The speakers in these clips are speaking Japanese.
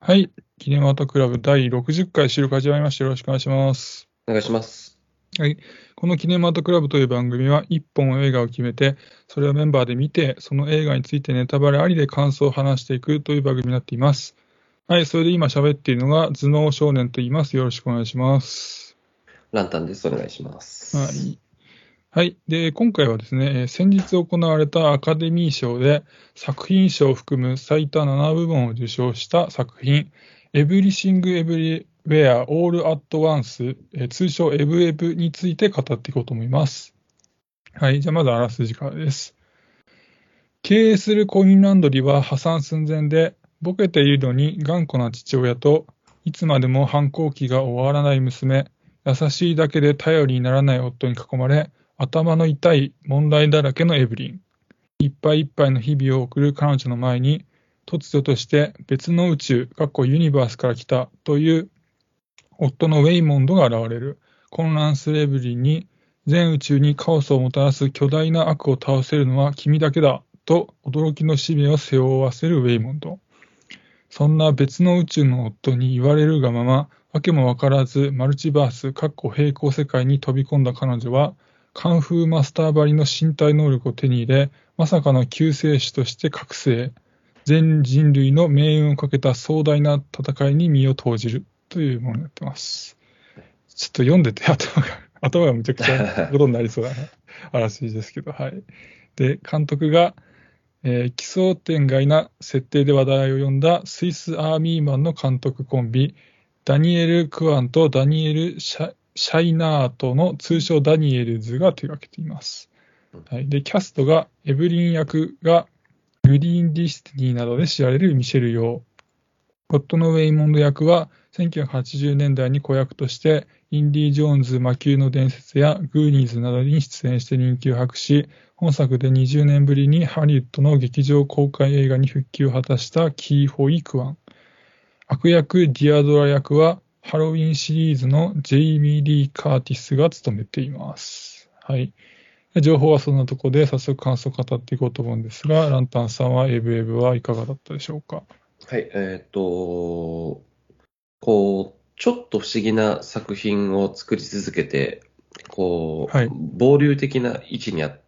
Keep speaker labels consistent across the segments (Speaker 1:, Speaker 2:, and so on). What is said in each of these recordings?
Speaker 1: はい。キネマートクラブ第60回収録始まりました。よろしくお願いします。
Speaker 2: お願いします。
Speaker 1: このキネマートクラブという番組は、一本映画を決めて、それをメンバーで見て、その映画についてネタバレありで感想を話していくという番組になっています。はい。それで今喋っているのが、頭脳少年と言います。よろしくお願いします。
Speaker 2: ランタンです。お願いします。
Speaker 1: は。い。はい。で、今回はですね、えー先日行われたアカデミー賞で作品賞を含む最多7部門を受賞した作品、エブリシング・エブリウェア・オール・アット・ワンス、えー通称エブエブについて語っていこうと思います。はい。じゃあ、まずあらすじからです。経営するコインランドリーは破産寸前で、ボケているのに頑固な父親と、いつまでも反抗期が終わらない娘、優しいだけで頼りにならない夫に囲まれ、頭の痛い問題だらけのエブリン。いっぱいいっぱいの日々を送る彼女の前に、突如として別の宇宙、かっこユニバースから来たという夫のウェイモンドが現れる。混乱するエブリンに、全宇宙にカオスをもたらす巨大な悪を倒せるのは君だけだ、と驚きの使命を背負わせるウェイモンド。そんな別の宇宙の夫に言われるがまま、わけもわからずマルチバース、かっこ平行世界に飛び込んだ彼女は、カンフーマスターばりの身体能力を手に入れ、まさかの救世主として覚醒。全人類の命運をかけた壮大な戦いに身を投じるというものになってます。ちょっと読んでて頭が、 頭がめちゃくちゃなことになりそうだなあらしいですけど、はい。で、監督が、えー奇想天外な設定で話題を呼んだスイスアーミーマンの監督コンビ、ダニエル・クワンとダニエル・シャシャイナートの通称ダニエルズが手掛けています。はい、で、キャストがエブリン役がグリーン・ディスティニーなどで知られるミシェル・ヨー。夫のウェイモンド役は1980年代に子役としてインディ・ジョーンズ魔球の伝説やグーニーズなどに出演して人気を博し、本作で20年ぶりにハリウッドの劇場公開映画に復帰を果たしたキー・ホイ・クワン。悪役ディアドラ役はハロウィンシリーズのジェイミー・リー・カーティスが務めています。はい。情報はそんなとこで早速感想を語っていこうと思うんですが、ランタンさんはエブエブはいかがだったでしょうか
Speaker 2: はい、えっ、と、こう、ちょっと不思議な作品を作り続けて、こう、
Speaker 1: はい
Speaker 2: 暴流的な位置にあっ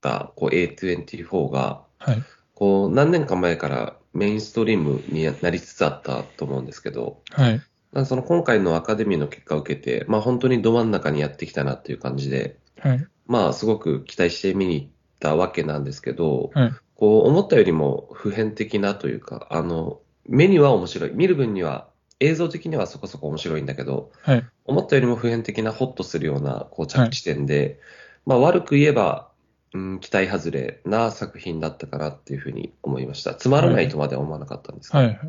Speaker 2: た、こう、A24 が、
Speaker 1: はい。
Speaker 2: こう、何年か前からメインストリームになりつつあったと思うんですけど、
Speaker 1: はい。
Speaker 2: まあその今回のアカデミーの結果を受けて、まあ本当にど真ん中にやってきたなっていう感じで、
Speaker 1: はい。
Speaker 2: まあすごく期待して見に行ったわけなんですけど、
Speaker 1: はい。
Speaker 2: こう思ったよりも普遍的なというか、あの、目には面白い。見る分には、映像的にはそこそこ面白いんだけど、
Speaker 1: はい。
Speaker 2: 思ったよりも普遍的なホッとするようなこう着地点で、まあ悪く言えば、うん、期待外れな作品だったかなっていうふうに思いました。つまらないとまでは思わなかったんですけど、
Speaker 1: はい。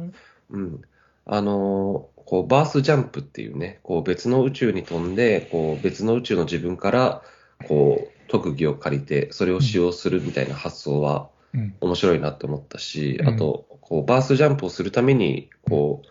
Speaker 2: うん。あのーこう、バースジャンプっていうね、こう、別の宇宙に飛んで、こう、別の宇宙の自分から、こう、特技を借りて、それを使用するみたいな発想は
Speaker 1: うん。
Speaker 2: 面白いなって思ったし、
Speaker 1: うん
Speaker 2: あと、こう、バースジャンプをするために、こ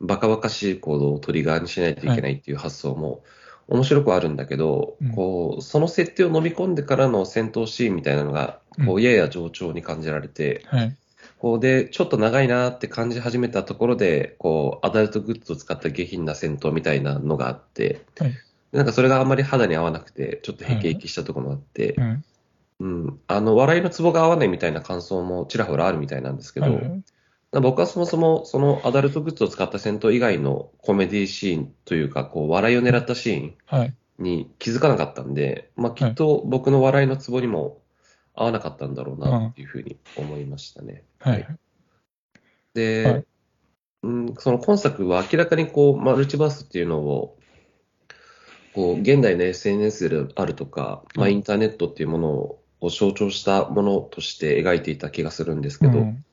Speaker 2: う、バカバカしい行動をトリガーにしないといけないっていう発想も、面白くはあるんだけど
Speaker 1: うん、
Speaker 2: こう、その設定を飲み込んでからの戦闘シーンみたいなのが、こ
Speaker 1: う
Speaker 2: う、やや冗長に感じられて、
Speaker 1: はい。
Speaker 2: こうで、ちょっと長いなって感じ始めたところで、こう、アダルトグッズを使った下品な戦闘みたいなのがあって、
Speaker 1: はい
Speaker 2: でなんかそれがあんまり肌に合わなくて、ちょっとヘキヘキしたところもあって、
Speaker 1: うん。
Speaker 2: うん、あの、笑いのツボが合わないみたいな感想もちらほらあるみたいなんですけど、
Speaker 1: はい。はい。
Speaker 2: なんか僕はそもそも、そのアダルトグッズを使った戦闘以外のコメディシーンというか、こう、笑いを狙ったシーン
Speaker 1: はい。
Speaker 2: に気づかなかったんで、まあ、きっと僕の笑いのツボにも合わなかったんだろうなっていうふうに思いましたね。
Speaker 1: はい。
Speaker 2: で、
Speaker 1: はい
Speaker 2: うん、その今作は明らかにこうマルチバースっていうのをこう現代の SNS であるとか、まあ、
Speaker 1: うん
Speaker 2: インターネットっていうものを象徴したものとして描いていた気がするんですけ
Speaker 1: う
Speaker 2: ど、
Speaker 1: ん。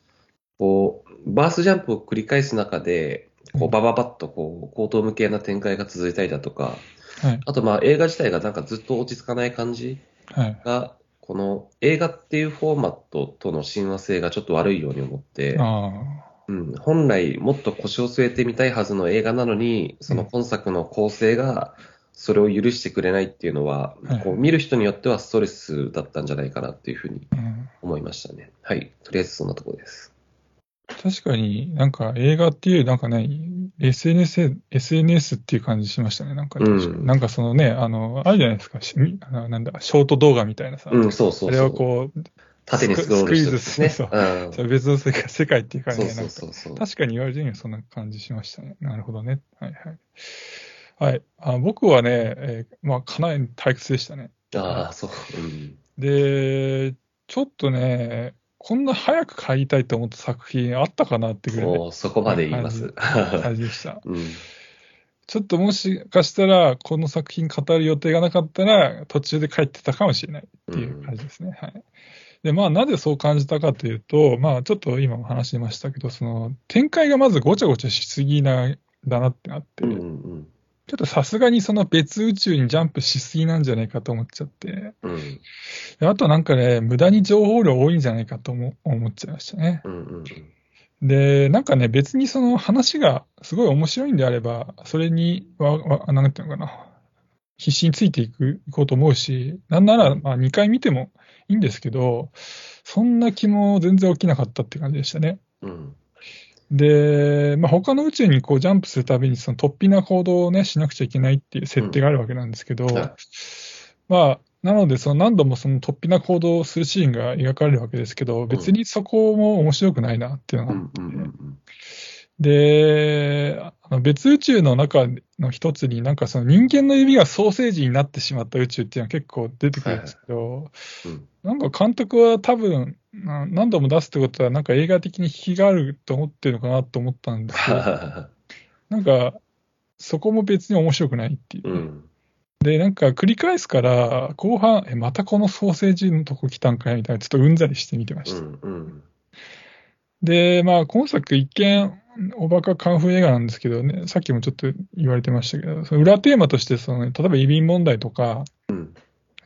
Speaker 2: こうバースジャンプを繰り返す中でこ
Speaker 1: う
Speaker 2: うんバババッとこう高等無形な展開が続いたりだとか
Speaker 1: はい。
Speaker 2: あとまあ映画自体がなんかずっと落ち着かない感じ
Speaker 1: はい。
Speaker 2: がこの映画っていうフォーマットとの親和性がちょっと悪いように思って。
Speaker 1: あ
Speaker 2: うん、本来もっと腰を据えてみたいはずの映画なのに、その今作の構成がそれを許してくれないっていうのは、
Speaker 1: はい
Speaker 2: こう見る人によってはストレスだったんじゃないかなっていうふうに
Speaker 1: あ。うん。
Speaker 2: 思いましたね。はい。とりあえずそんなところです。
Speaker 1: 確かになんか映画っていうよりなんかね、SNS、SNS っていう感じしましたね。なんか、
Speaker 2: うん
Speaker 1: なんかそのね、あの、あるじゃないですか、しあのなんだ、ショート動画みたいなさ、
Speaker 2: うん、そう
Speaker 1: あ
Speaker 2: そう
Speaker 1: れ
Speaker 2: そ
Speaker 1: を
Speaker 2: う。
Speaker 1: こう、
Speaker 2: 縦にスクロールしてるんですね。
Speaker 1: スク
Speaker 2: うん
Speaker 1: それ別の世界世界っていう感じ
Speaker 2: そう
Speaker 1: で、な
Speaker 2: そ
Speaker 1: ん
Speaker 2: う
Speaker 1: か
Speaker 2: そうそう。
Speaker 1: 確かに言われてみればそんな感じしましたね。なるほどね。はいはい。はい、あ僕はね、えーまあ、かなり退屈でしたね。
Speaker 2: ああ、そう。うん。
Speaker 1: で、ちょっとね、こんな早く帰りたいと思った作品あったかなってぐらい
Speaker 2: もうそこまで言います。
Speaker 1: の感じでした。
Speaker 2: うん。
Speaker 1: ちょっともしかしたら、この作品語る予定がなかったら、途中で帰ってたかもしれないっていう感じですね。はい。で、まあ、なぜそう感じたかというと、まあ、ちょっと今も話しましたけど、その、展開がまずごちゃごちゃしすぎな、だなってなって、
Speaker 2: うんうん
Speaker 1: ちょっとさすがにその別宇宙にジャンプしすぎなんじゃないかと思っちゃって、
Speaker 2: うん。うん
Speaker 1: であとなんかね、無駄に情報量多いんじゃないかとも思っちゃいましたね。
Speaker 2: うんうん
Speaker 1: で、なんかね、別にその話がすごい面白いんであれば、それにわ、わ、なんていうのかな、必死についていく、いこうと思うし、なんなら、まあ2回見てもいいんですけど、そんな気も全然起きなかったって感じでしたね。
Speaker 2: うん。
Speaker 1: で、まあ、他の宇宙にこうジャンプするたびにその突飛な行動をね、しなくちゃいけないっていう設定があるわけなんですけど、
Speaker 2: んはい
Speaker 1: まあ、なのでその何度もその突飛な行動をするシーンが描かれるわけですけど、別にそこも面白くないなっていうのが、
Speaker 2: うんうんうん
Speaker 1: で、あの別宇宙の中の一つになんかその人間の指がソーセージになってしまった宇宙っていうのは結構出てくるんですけど、
Speaker 2: うん
Speaker 1: なんか監督は多分、な何度も出すってことは、なんか映画的に引きがあると思ってるのかなと思ったんですけど、なんか、そこも別に面白くないっていう。
Speaker 2: うん。
Speaker 1: で、なんか繰り返すから、後半、え、またこのソーセージのとこ来たんかいみたいな、ちょっとうんざりして見てま
Speaker 2: う
Speaker 1: した。
Speaker 2: んうん。
Speaker 1: で、まあ、今作一見、おバカカンフー映画なんですけどね、さっきもちょっと言われてましたけど、その裏テーマとしてその、例えば移民問題とか、
Speaker 2: うん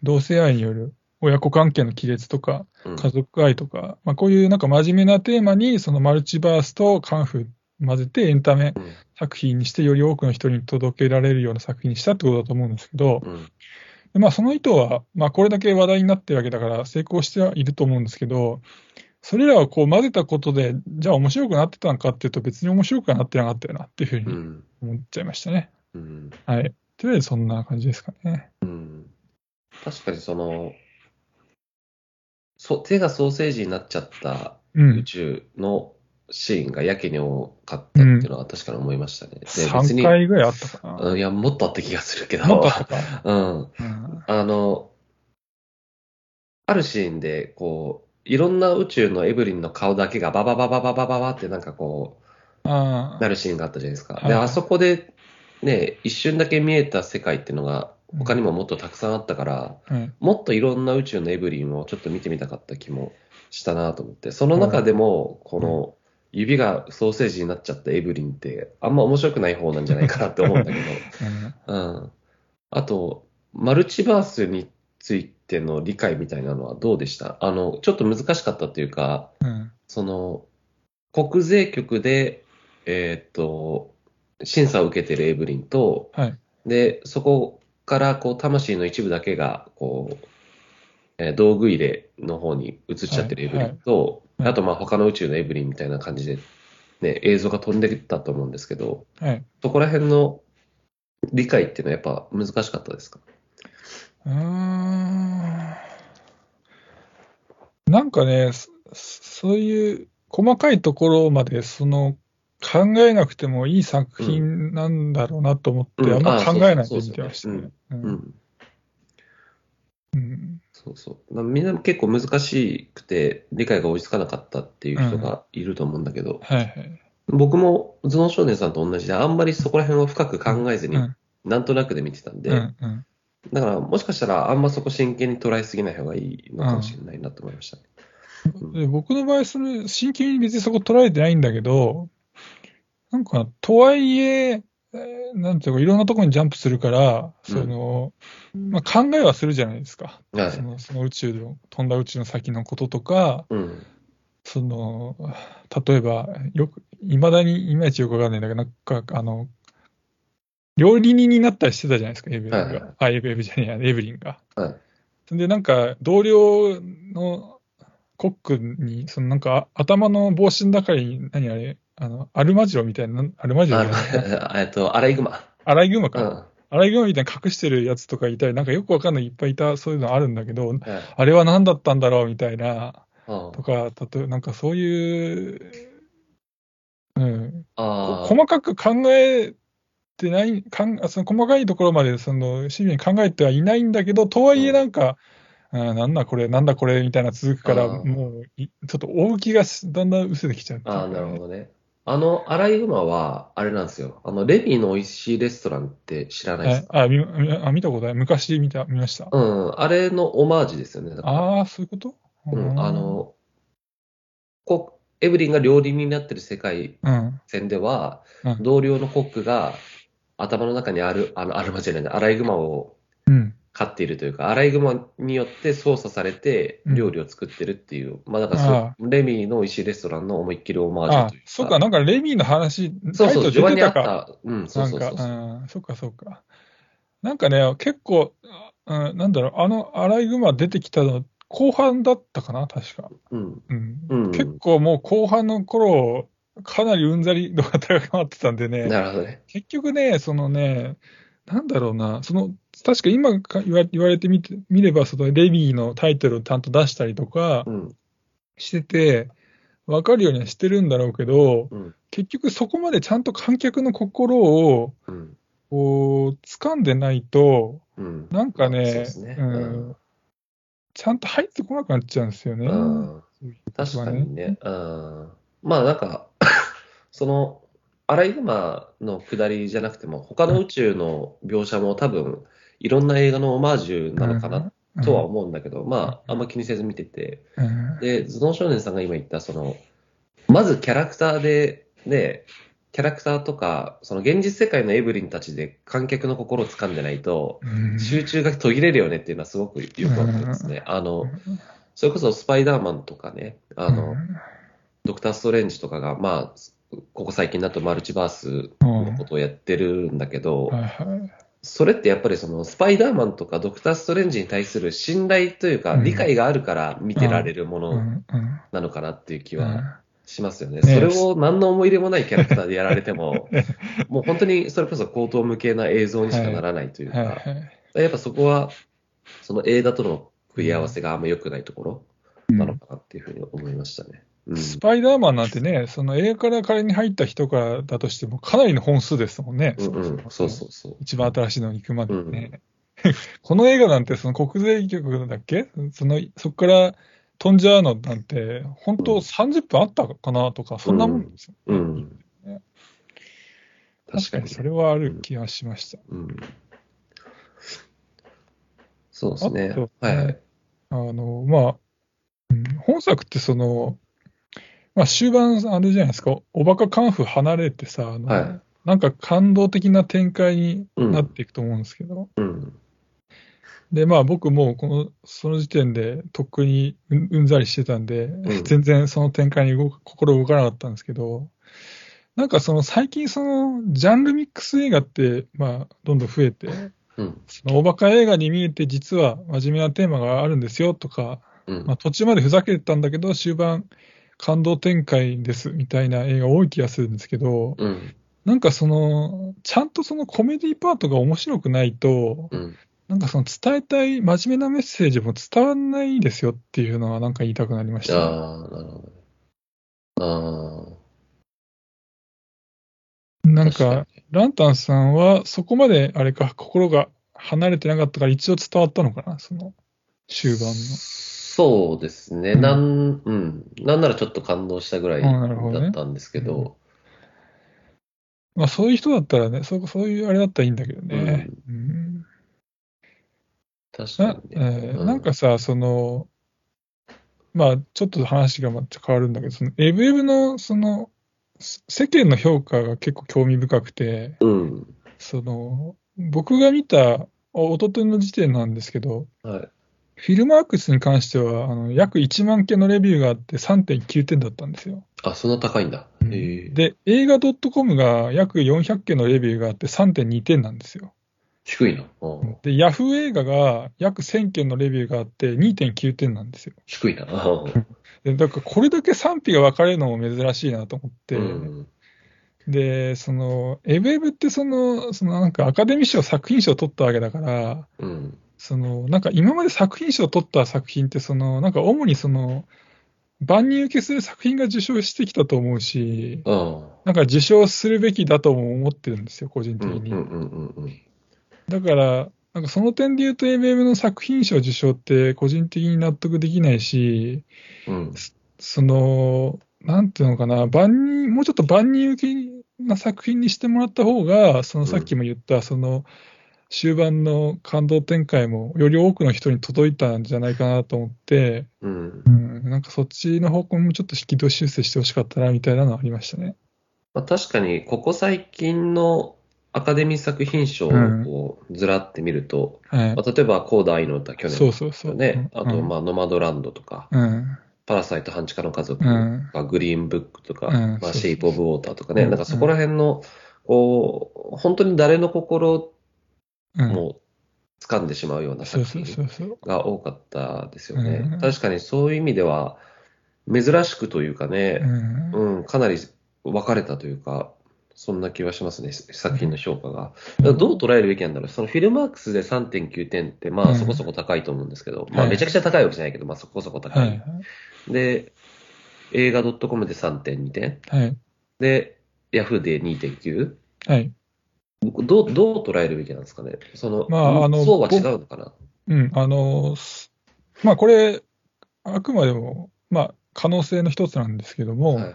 Speaker 1: 同性愛による親子関係の亀裂とか、
Speaker 2: うん
Speaker 1: 家族愛とか、まあ、こういうなんか真面目なテーマに、そのマルチバースとカンフー混ぜてエンタメ
Speaker 2: うん
Speaker 1: 作品にして、より多くの人に届けられるような作品にしたってことだと思うんですけど、
Speaker 2: うん
Speaker 1: でまあ、その意図は、まあ、これだけ話題になってるわけだから成功してはいると思うんですけど、それらをこう混ぜたことで、じゃあ面白くなってたのかっていうと、別に面白くはなってなかったよなっていうふう
Speaker 2: う
Speaker 1: に
Speaker 2: ん
Speaker 1: 思っちゃいましたね。
Speaker 2: うん
Speaker 1: はい。とりあえずそんな感じですかね。
Speaker 2: うん確かにその、そ手がソーセージになっちゃった
Speaker 1: う
Speaker 2: 宇
Speaker 1: ん。
Speaker 2: 宙のシーンがやけに多かったっていうのは確かに思いましたね。で別
Speaker 1: 3
Speaker 2: に
Speaker 1: 回ぐらいあったかな。
Speaker 2: うんいや、もっとあった気がするけど。
Speaker 1: もっとあったか。
Speaker 2: うん。
Speaker 1: うん
Speaker 2: あの、あるシーンで、こう、いろんな宇宙のエブリンの顔だけがババババババババってなんかこ
Speaker 1: あ
Speaker 2: う、
Speaker 1: あ
Speaker 2: なるシーンがあったじゃないですか。
Speaker 1: はい
Speaker 2: で、あそこで、ね、一瞬だけ見えた世界っていうのが、他にももっとたくさんあったから、
Speaker 1: はい
Speaker 2: もっといろんな宇宙のエブリンをちょっと見てみたかった気もしたなと思って、その中でも、この、指がソーセージになっちゃったエブリンって、あんま面白くない方なんじゃないかなって思うんだけど。
Speaker 1: うん
Speaker 2: うん。あと、マルチバースについての理解みたいなのはどうでしたあの、ちょっと難しかったっていうか、
Speaker 1: うん
Speaker 2: その、国税局で、えーっと、審査を受けてるエブリンと、
Speaker 1: はい。
Speaker 2: で、そこから、こう、魂の一部だけが、こう、えー道具入れの方に移っちゃってるエブリンと、
Speaker 1: はいはい
Speaker 2: あと、まあ、他の宇宙のエブリンみたいな感じで、ね、映像が飛んでたと思うんですけど、
Speaker 1: はい。
Speaker 2: そこら辺の理解っていうのはやっぱ難しかったですか
Speaker 1: うーん。なんかね、そそういう細かいところまでその考えなくてもいい作品なんだろうなと思って、
Speaker 2: うん
Speaker 1: あんま
Speaker 2: あ
Speaker 1: 考
Speaker 2: そう
Speaker 1: えないで見てました
Speaker 2: そう
Speaker 1: ね。うん
Speaker 2: うん。
Speaker 1: うん
Speaker 2: そうそう。まあみんな結構難しくて理解が追いつかなかったっていう人がいると思うんだけど、
Speaker 1: はいはい。
Speaker 2: 僕もズノン少年さんと同じであんまりそこら辺を深く考えずに、
Speaker 1: うん
Speaker 2: なんとなくで見てたんで、
Speaker 1: うんうん
Speaker 2: だからもしかしたらあんまそこ真剣に捉えすぎない方がいいのかもしれないなと思いましたね。うん
Speaker 1: で僕の場合、それ、真剣に別にそこ捉えてないんだけど、なんか、とはいえ、えーなんていうか、いろんなところにジャンプするから、
Speaker 2: うん
Speaker 1: その、まあ、考えはするじゃないですか。
Speaker 2: はい
Speaker 1: そのその宇宙の、飛んだ宇宙の先のこととか、
Speaker 2: うん。
Speaker 1: その、例えば、よく、いまだにいまいちよくわかんないんだけど、なんか、あの、料理人になったりしてたじゃないですか、エブリン
Speaker 2: はいはいは
Speaker 1: が。あ、エブエブじゃねえや、エブリンが。
Speaker 2: はい。
Speaker 1: で、なんか、同僚のコックに、そのなんか頭の帽子の中に、何あれ、あの、アルマジロみたいな、アルマジロ
Speaker 2: あ
Speaker 1: みたいな、
Speaker 2: の えっと、アライグマ。
Speaker 1: アライグマか。
Speaker 2: うん。
Speaker 1: アライグマみたいに隠してるやつとかいたり、なんかよくわかんないいっぱいいた、そういうのあるんだけど、
Speaker 2: え
Speaker 1: あれは何だったんだろうみたいな、
Speaker 2: えうん
Speaker 1: とか、たとなんかそういう、うん、
Speaker 2: あー
Speaker 1: 細かく考えてない、かんその細かいところまでそのシビアに考えてはいないんだけど、とはいえなんか、うん、なんだこれ、なんだこれみたいな続くから、
Speaker 2: あー
Speaker 1: もうい、ちょっと大気がしだんだん薄れてきちゃうっていう
Speaker 2: あ
Speaker 1: か
Speaker 2: ー、
Speaker 1: ね、
Speaker 2: なるほどね。あの、アライグマは、あれなんですよ。あの、レミの美味しいレストランって知らないです
Speaker 1: え
Speaker 2: か
Speaker 1: あ見見あ見たことない。昔見た見ました。
Speaker 2: うん、あれのオマージュですよね。だから
Speaker 1: ああ、そういうこと
Speaker 2: うん、あ、の、こエブリンが料理人になってる世界
Speaker 1: うん。
Speaker 2: 戦では、
Speaker 1: うん
Speaker 2: 同僚のコックが頭の中にある、あの、アルマじゃない、アライグマを
Speaker 1: うん。
Speaker 2: 飼っているというか、アライグマによって操作されて
Speaker 1: うん
Speaker 2: 料理を作ってるっていう、まあだからそう、レミの美味しいレストランの思いっきりオマージュ
Speaker 1: あ
Speaker 2: というか。
Speaker 1: そっか、なんかレミーの話、
Speaker 2: そう
Speaker 1: タイ
Speaker 2: そ
Speaker 1: ト
Speaker 2: う、
Speaker 1: ル
Speaker 2: 序盤
Speaker 1: 出て
Speaker 2: にあ
Speaker 1: た
Speaker 2: っ
Speaker 1: か。
Speaker 2: た。うん、そ
Speaker 1: なん
Speaker 2: うそう
Speaker 1: か、
Speaker 2: そうそう。
Speaker 1: うん、そっかそっか。なんかね、結構、あうん、なんだろう、あのアライグマ出てきたの、後半だったかな、確か。
Speaker 2: うん。
Speaker 1: うん。
Speaker 2: うん
Speaker 1: 結構もう後半の頃、かなりうんざり度が高まってたんでね。
Speaker 2: なるほどね。
Speaker 1: 結局ね、そのね、なんだろうな、その、確か今か言わ言われてみてみれば、そのレビーのタイトルをちゃんと出したりとか
Speaker 2: うん。
Speaker 1: してて、わかるようにはしてるんだろうけど、
Speaker 2: うん。
Speaker 1: 結局そこまでちゃんと観客の心を、
Speaker 2: うん。
Speaker 1: こう、掴んでないと、
Speaker 2: うん。
Speaker 1: なんかね、
Speaker 2: そうですね。
Speaker 1: う
Speaker 2: うんん。
Speaker 1: ちゃんと入ってこなくなっちゃうんですよね。
Speaker 2: うん確かにね。うん。まあなんか、 その、アライグマの下りじゃなくても、他の宇宙の描写も多分、いろんな映画のオマージュなのかな
Speaker 1: うん
Speaker 2: とは思うんだけど、まあ、あんま気にせず見てて。
Speaker 1: うん
Speaker 2: で、頭脳少年さんが今言った、その、まずキャラクターで、ね、キャラクターとか、その現実世界のエブリンたちで観客の心を掴んでないと、
Speaker 1: うん
Speaker 2: 集中が途切れるよねっていうのはすごくよくわかりますね。あの、それこそスパイダーマンとかね、あの、ドクター・ストレンジとかが、まあ、ここ最近だとマルチバースのことをやってるんだけど、
Speaker 1: はいはい
Speaker 2: それってやっぱりそのスパイダーマンとかドクター・ストレンジに対する信頼というか、
Speaker 1: うん
Speaker 2: 理解があるから見てられるも
Speaker 1: う
Speaker 2: の
Speaker 1: んうん
Speaker 2: なのかなっていう気
Speaker 1: う
Speaker 2: は
Speaker 1: ん
Speaker 2: しますよね。
Speaker 1: ね
Speaker 2: それを何の思い入れもないキャラクターでやられ ても、もう本当にそれこそ高等無形な映像にしかならないというか、
Speaker 1: はいはい
Speaker 2: やっぱそこは、その映画との食い合わせがあんま良くないところなのかなっていうふうに思いましたね。うん
Speaker 1: スパイダーマンなんてね、その映画から仮に入った人からだとしても、かなりの本数ですもんね。
Speaker 2: うんうん、そうそうそう。
Speaker 1: 一番新しいのに行くまでね。 この映画なんて、その国税局だっけその、そこから飛んじゃうのなんて、本当30分あったかなとか、そんなもんですよ。
Speaker 2: うん。確
Speaker 1: 確
Speaker 2: か
Speaker 1: か
Speaker 2: に
Speaker 1: に、それはある気がしました。
Speaker 2: うん。そうです
Speaker 1: あ
Speaker 2: ね
Speaker 1: と。
Speaker 2: はいはい。
Speaker 1: あの、まあ、うん本作ってその、まあ終盤、あれじゃないですか、おバカカンフ離れてさ、あの
Speaker 2: はい
Speaker 1: なんか感動的な展開に
Speaker 2: うん
Speaker 1: なっていくと思うんですけど、
Speaker 2: うん。
Speaker 1: で、まあ僕もうこの、その時点でとっくにうんうんざりしてたんで、全然その展開に動く心動かなかったんですけど、なんかその最近そのジャンルミックス映画って、まあどんどん増えて、
Speaker 2: うん。
Speaker 1: そのおバカ映画に見えて実は真面目なテーマがあるんですよとか、
Speaker 2: うん
Speaker 1: まあ、途中までふざけてたんだけど、終盤、感動展開ですみたいな映画多い気がするんですけど、
Speaker 2: うん。
Speaker 1: なんかその、ちゃんとそのコメディパートが面白くないと、
Speaker 2: うん。
Speaker 1: なんかその伝えたい真面目なメッセージも伝わんないですよっていうのはなんか言いたくなりました。
Speaker 2: ああ、なるほどね。ああ。
Speaker 1: なん
Speaker 2: 確
Speaker 1: か、
Speaker 2: にね
Speaker 1: ランタンさんはそこまであれか、心が離れてなかったから一応伝わったのかな、その終盤の。
Speaker 2: そうですね。
Speaker 1: うん
Speaker 2: なん、うん。なんならちょっと感動したぐらい
Speaker 1: あなるほどね
Speaker 2: だったんですけど、
Speaker 1: まあそういう人だったらね、そうそういうあれだったらいいんだけどね。うん
Speaker 2: 確か
Speaker 1: な
Speaker 2: に
Speaker 1: え
Speaker 2: ね。う
Speaker 1: ー
Speaker 2: ん
Speaker 1: なんかさ、その、まあ、ちょっと話がまた変わるんだけど、その、エブエブの、その、せ世間の評価が結構興味深くて、
Speaker 2: うん。
Speaker 1: その、僕が見た、おとといの時点なんですけど、
Speaker 2: はい。
Speaker 1: フィルマークスに関しては、あの、約1万件のレビューがあって3.9点だったんですよ。
Speaker 2: あ、そんな高いんだ。
Speaker 1: うん
Speaker 2: へえ。
Speaker 1: で、映画 .com が約400件のレビューがあって3.2点なんですよ。
Speaker 2: 低いな。うん
Speaker 1: で、ヤフー映画が約1000件のレビューがあって2.9点なんですよ。
Speaker 2: 低いな。うん
Speaker 1: でだからこれだけ賛否が分かれるのも珍しいなと思って、
Speaker 2: うん
Speaker 1: で、その、エブエブってその、そのなんかアカデミー賞作品賞を取ったわけだから、
Speaker 2: うん
Speaker 1: その、なんか今まで作品賞を取った作品って、その、なんか主にその、万人受けする作品が受賞してきたと思うし、
Speaker 2: うん
Speaker 1: なんか受賞するべきだとも思ってるんですよ、個人
Speaker 2: う
Speaker 1: 的
Speaker 2: んうん
Speaker 1: に。
Speaker 2: うんうん
Speaker 1: だから、なんかその点で言うと ABM の作品賞受賞って個人的に納得できないし、
Speaker 2: うん
Speaker 1: その、なんていうのかな、万人、もうちょっと万人受けな作品にしてもらった方が、そのさっきも言った、その、終盤の感動展開もより多くの人に届いたんじゃないかなと思って、
Speaker 2: うん
Speaker 1: うん、なんかそっちの方向もちょっと軌道修正してほしかったなみたいなのはありましたね。
Speaker 2: まあ、確かに、ここ最近のアカデミー作品賞を
Speaker 1: うん
Speaker 2: こうずらってみると、
Speaker 1: はい
Speaker 2: ま。あ、例えば、コーダ愛の歌、去年
Speaker 1: そうそうそう。
Speaker 2: ね、あと、
Speaker 1: あ、
Speaker 2: まあ、ノマドランドとか、
Speaker 1: うん。
Speaker 2: パラサイト半地下の家族と
Speaker 1: うん
Speaker 2: か、グリーンブックとか、
Speaker 1: うん
Speaker 2: ま
Speaker 1: そうそう
Speaker 2: あ、
Speaker 1: そう
Speaker 2: シェイプ・オブ・ウォーターとかね、
Speaker 1: うん
Speaker 2: なんかそこら辺の、こう、本当に誰の心
Speaker 1: うん。
Speaker 2: も掴んでしまうような
Speaker 1: そう
Speaker 2: 作
Speaker 1: そう
Speaker 2: 品
Speaker 1: そうそう。
Speaker 2: が多かったですよ
Speaker 1: うん
Speaker 2: ね。確かにそういう意味では、珍しくというか
Speaker 1: う
Speaker 2: ね、
Speaker 1: ん。
Speaker 2: うん、かなり分かれたというか、そんな気はしますね、作品の評価が。
Speaker 1: うん
Speaker 2: だからどう捉えるべきなんだろう。そのフィルマークスで3.9点って、ま
Speaker 1: うん
Speaker 2: あそこそこ高いと思うんですけど、ま
Speaker 1: は
Speaker 2: あ
Speaker 1: い
Speaker 2: めちゃくちゃ高いわけじゃないけど、まあそこそこ高。
Speaker 1: はいい。
Speaker 2: で、映画 .com で3.2点。
Speaker 1: はい。
Speaker 2: で、Yahoo で2.9。
Speaker 1: はい。
Speaker 2: どう、どう捉えるべきなんですかね。その、
Speaker 1: まああの
Speaker 2: 層は違うのかな。
Speaker 1: うん。あの、すまあこれ、あくまでも、まあ可能性の一つなんですけども、
Speaker 2: はい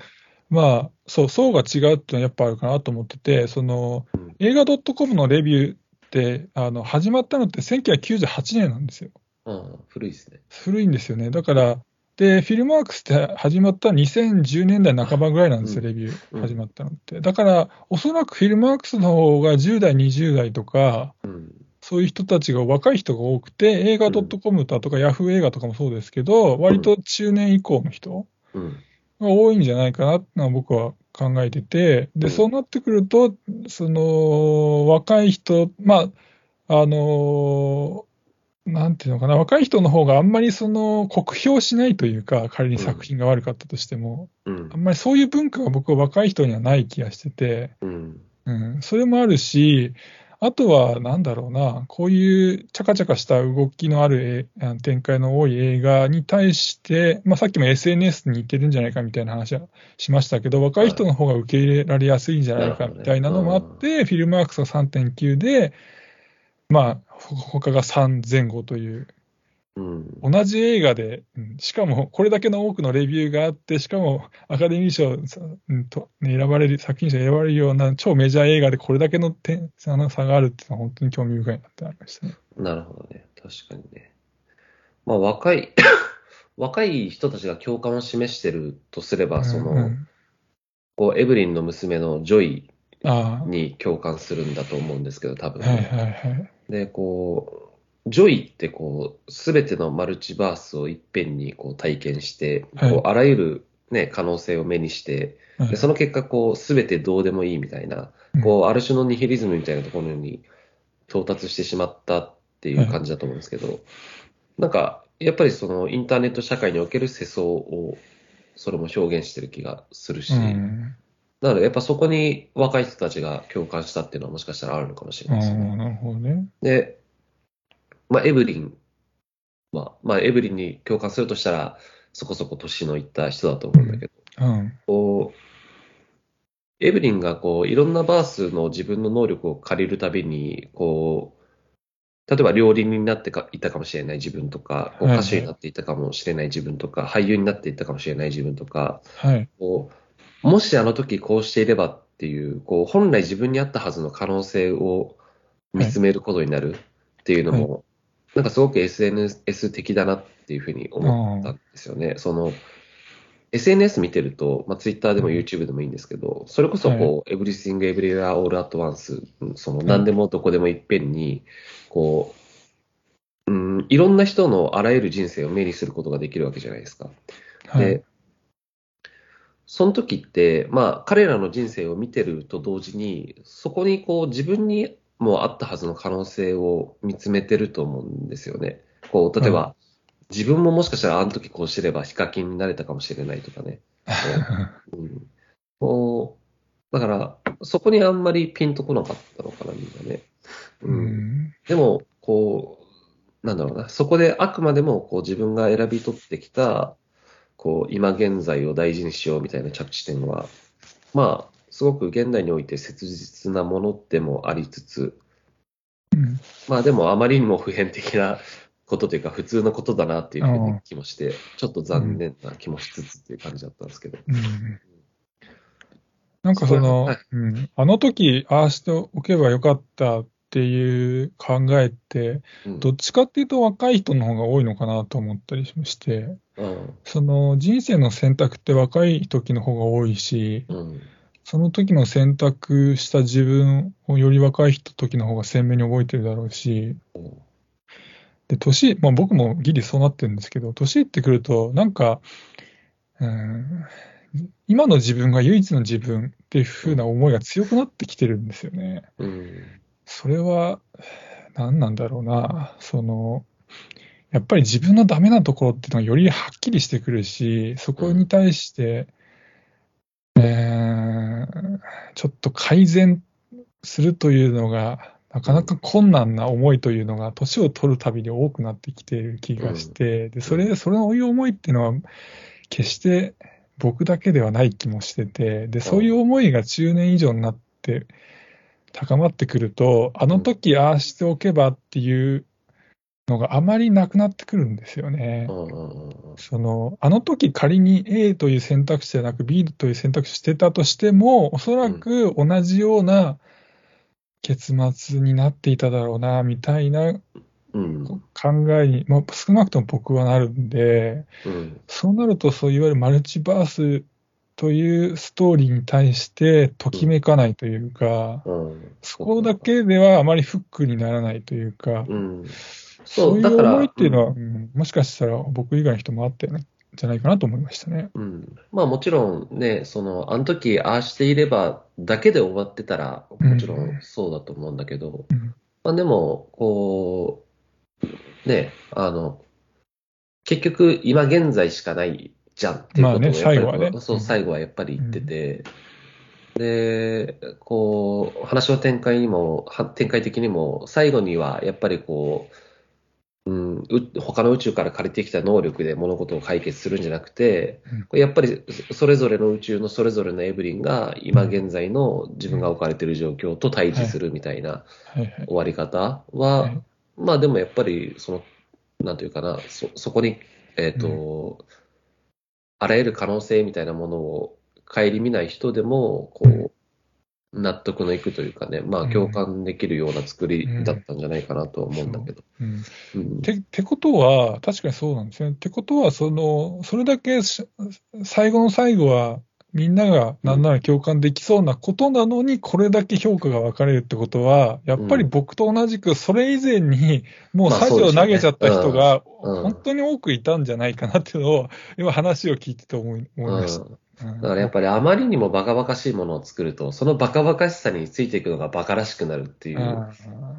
Speaker 1: まあ、そう、層が違うっていうのはやっぱあるかなと思ってて、その
Speaker 2: うん、
Speaker 1: 映画 .com のレビューって、あの、始まったのって1998年なんですよ。
Speaker 2: うん、古いですね。
Speaker 1: 古いんですよね。だから、で、フィルマークスって始まった2010年代半ばぐらいなんですよ、
Speaker 2: うん
Speaker 1: レビュー
Speaker 2: うん
Speaker 1: 始まったのって。だから、おそらくフィルマークスの方が10代、20代とか、
Speaker 2: うん。
Speaker 1: そういう人たちが若い人が多くて、映画 .com だとか Yahoo 映画とかもそうですけど、割と中年以降の人
Speaker 2: うん。
Speaker 1: が多いんじゃないかなってのは僕は考えてて、
Speaker 2: う
Speaker 1: で、
Speaker 2: ん
Speaker 1: そうなってくると、その、若い人、まあ、あの、なんていうのかな、若い人の方があんまりその、酷評しないというか、仮に作品が悪かったとしても、
Speaker 2: うん
Speaker 1: あんまりそういう文化が僕は若い人にはない気がしてて、
Speaker 2: うん。
Speaker 1: うん、それもあるし、あとは、なんだろうな、こういうチャカチャカした動きのあるえあの展開の多い映画に対して、まあ、さっきも SNS に似てるんじゃないかみたいな話はしましたけど、若い人の方が受け入れられやすいんじゃないかみたいなのもあって、フィルマークスが3.9で、まあ、ほ他が3前後という、
Speaker 2: うん。
Speaker 1: 同じ映画で、うんしかもこれだけの多くのレビューがあって、しかもアカデミー賞、さうんとね選ばれる、作品賞選ばれるような超メジャー映画でこれだけの点あの差があるっていうのは本当に興味深いなってなりましたね。
Speaker 2: なるほどね。確かにね。まあ、若い、 若い人たちが共感を示してるとすれば、その、
Speaker 1: うんうん
Speaker 2: こう、エブリンの娘のジョイ
Speaker 1: あ
Speaker 2: に共感するんだと思うんですけど、多
Speaker 1: あ、
Speaker 2: 分。
Speaker 1: はいはいはい。
Speaker 2: で、こう、ジョイってこう、すべてのマルチバースをいっぺんにこう体験して、
Speaker 1: はい
Speaker 2: こうあらゆるね、可能性を目にして、
Speaker 1: はい
Speaker 2: でその結果こう、すべてどうでもいいみたいな、こう、ある種のニヒリズムみたいなところに到達してしまったっていう感じだと思うんですけど、なんか、やっぱりそのインターネット社会における世相を、それも表現してる気がするし、
Speaker 1: う
Speaker 2: なんのでやっぱそこに若い人たちが共感したっていうのはもしかしたらあるのかもしれ
Speaker 1: あ
Speaker 2: な
Speaker 1: あ
Speaker 2: いですね。
Speaker 1: なるほどね。
Speaker 2: で、まあ、エブリンは、まあ、エブリンに共感するとしたら、そこそこ年のいった人だと思うんだけど、
Speaker 1: うん。
Speaker 2: こう、エブリンがこう、いろんなバースの自分の能力を借りるたびに、こう、例えば料理人になってかいたかもしれない自分とか、こう
Speaker 1: はいはい
Speaker 2: 歌手になっていたかもしれない自分とか、俳優になっていたかもしれない自分とか、
Speaker 1: はい。
Speaker 2: こう、もしあの時こうしていればっていう、こう、本来自分にあったはずの可能性を見つめることになるっていうのも、なんかすごく SNS 的だなっていうふうに思ったんですよね。その、SNS 見てると、まあ、Twitter でも
Speaker 1: うん
Speaker 2: YouTube でもいいんですけど、それこそこう、Everything Everywhere All at Once、その何でもどこでもいっぺんに、こう、うん、いろんな人のあらゆる人生を目にすることができるわけじゃないですか。
Speaker 1: はい
Speaker 2: で。、その時って、まあ、彼らの人生を見てると同時に、そこにこう自分にもあったはずの可能性を見つめてると思うんですよね。こう例えば、自分ももしかしたらあの時こうしてればヒカキンになれたかもしれないとかね。こううん、こうだから、そこにあんまりピンとこなかったのかな、みんなね。
Speaker 1: う
Speaker 2: うん
Speaker 1: ん。
Speaker 2: でも、こう、なんだろうな、そこであくまでもこう自分が選び取ってきた、こう、今現在を大事にしようみたいな着地点は、まあ、すごく現代において切実なものでもありつつ、
Speaker 1: うん
Speaker 2: まあでもあまりにも普遍的なことというか、普通のことだなっていうふうに気もして、ちょっと残念な気もしつつっていう感じだったんですけど。
Speaker 1: うんなんかその、
Speaker 2: そうです
Speaker 1: うん、あの時ああしておけばよかったっていう考えって、
Speaker 2: うん
Speaker 1: どっちかっていうと若い人の方が多いのかなと思ったりして、
Speaker 2: うん
Speaker 1: その人生の選択って若い時の方が多いし、
Speaker 2: うん
Speaker 1: その時の選択した自分をより若い人時の方が鮮明に覚えてるだろうし、
Speaker 2: うん
Speaker 1: で、年、まあ僕もギリそうなってるんですけど、年いってくると、なんか、うん、今の自分が唯一の自分っていう風な思いが強くなってきてるんですよね。
Speaker 2: うん
Speaker 1: それは、何なんだろうな。その、やっぱり自分のダメなところっていうのがよりはっきりしてくるし、そこに対して、えーちょっと改善するというのが、なかなか困難な思いというのが、年を取るたびに多くなってきている気がして、で、それ、その思いっていうのは、決して僕だけではない気もしてて、で、そういう思いが中年以上になって高まってくると、あの時ああしておけばっていうのがあまりなくなってくるんですよね
Speaker 2: う。んうんうん
Speaker 1: その、あの時仮に A という選択肢じゃなく B という選択肢してたとしても、おそらく同じような結末になっていただろうな、みたいな
Speaker 2: うん
Speaker 1: 考えに、まあ、少なくとも僕はなるんで、
Speaker 2: うん
Speaker 1: そうなると、そういわゆるマルチバースというストーリーに対して、ときめかないというか、
Speaker 2: うん
Speaker 1: そこだけではあまりフックにならないというか、
Speaker 2: うん
Speaker 1: そ
Speaker 2: そうう
Speaker 1: い
Speaker 2: だか
Speaker 1: う
Speaker 2: ら
Speaker 1: 思いっていうのは、うんもしかしたら僕以外の人もあったよね、じゃないかなと思いましたね。
Speaker 2: うん、まあもちろんね、その、あの時ああしていればだけで終わってたら、
Speaker 1: うん
Speaker 2: もちろんそうだと思うんだけど、
Speaker 1: うん
Speaker 2: まあでも、こう、ね、あの、結局今現在しかないじゃんっていうこと
Speaker 1: まあ
Speaker 2: を
Speaker 1: ね
Speaker 2: やっぱり
Speaker 1: 最後はね
Speaker 2: こうそうう、
Speaker 1: ん
Speaker 2: 最後はやっぱり言ってて、で、こう、話の展開にも、は展開的にも、最後にはやっぱりこう、うん、う他の宇宙から借りてきた能力で物事を解決するんじゃなくて
Speaker 1: うん、
Speaker 2: これやっぱりそそれぞれの宇宙のそれぞれのエブリンが今現在の自分が置かれている状況と対峙するみたいな
Speaker 1: はいはい。
Speaker 2: 終わり方
Speaker 1: は、
Speaker 2: はいまあでもやっぱりその、なんていうかな、そそこに、えっと、あらゆる可能性みたいなものを顧みない人でも、こう、納得のいくというかね、ま
Speaker 1: う
Speaker 2: あ
Speaker 1: ん
Speaker 2: 共感できるような作りだったんじゃないかなとは思うんだけど。
Speaker 1: うん
Speaker 2: うん
Speaker 1: ててことは、確かにそうなんですね。てことは、その、それだけし最後の最後は、みんながなんなら共感できそうなことなのに、これだけ評価が分かれるってことは、やっぱり僕と同じく、それ以前に、もう
Speaker 2: まあ
Speaker 1: サジを投げちゃった人が、
Speaker 2: うですねうんうん
Speaker 1: 本当に多くいたんじゃないかなっていうのを、今話を聞いてて思い思いまし
Speaker 2: うん
Speaker 1: た。うん
Speaker 2: だからやっぱりあまりにもバカバカしいものを作ると、そのバカバカしさについていくのがバカらしくなるっていう、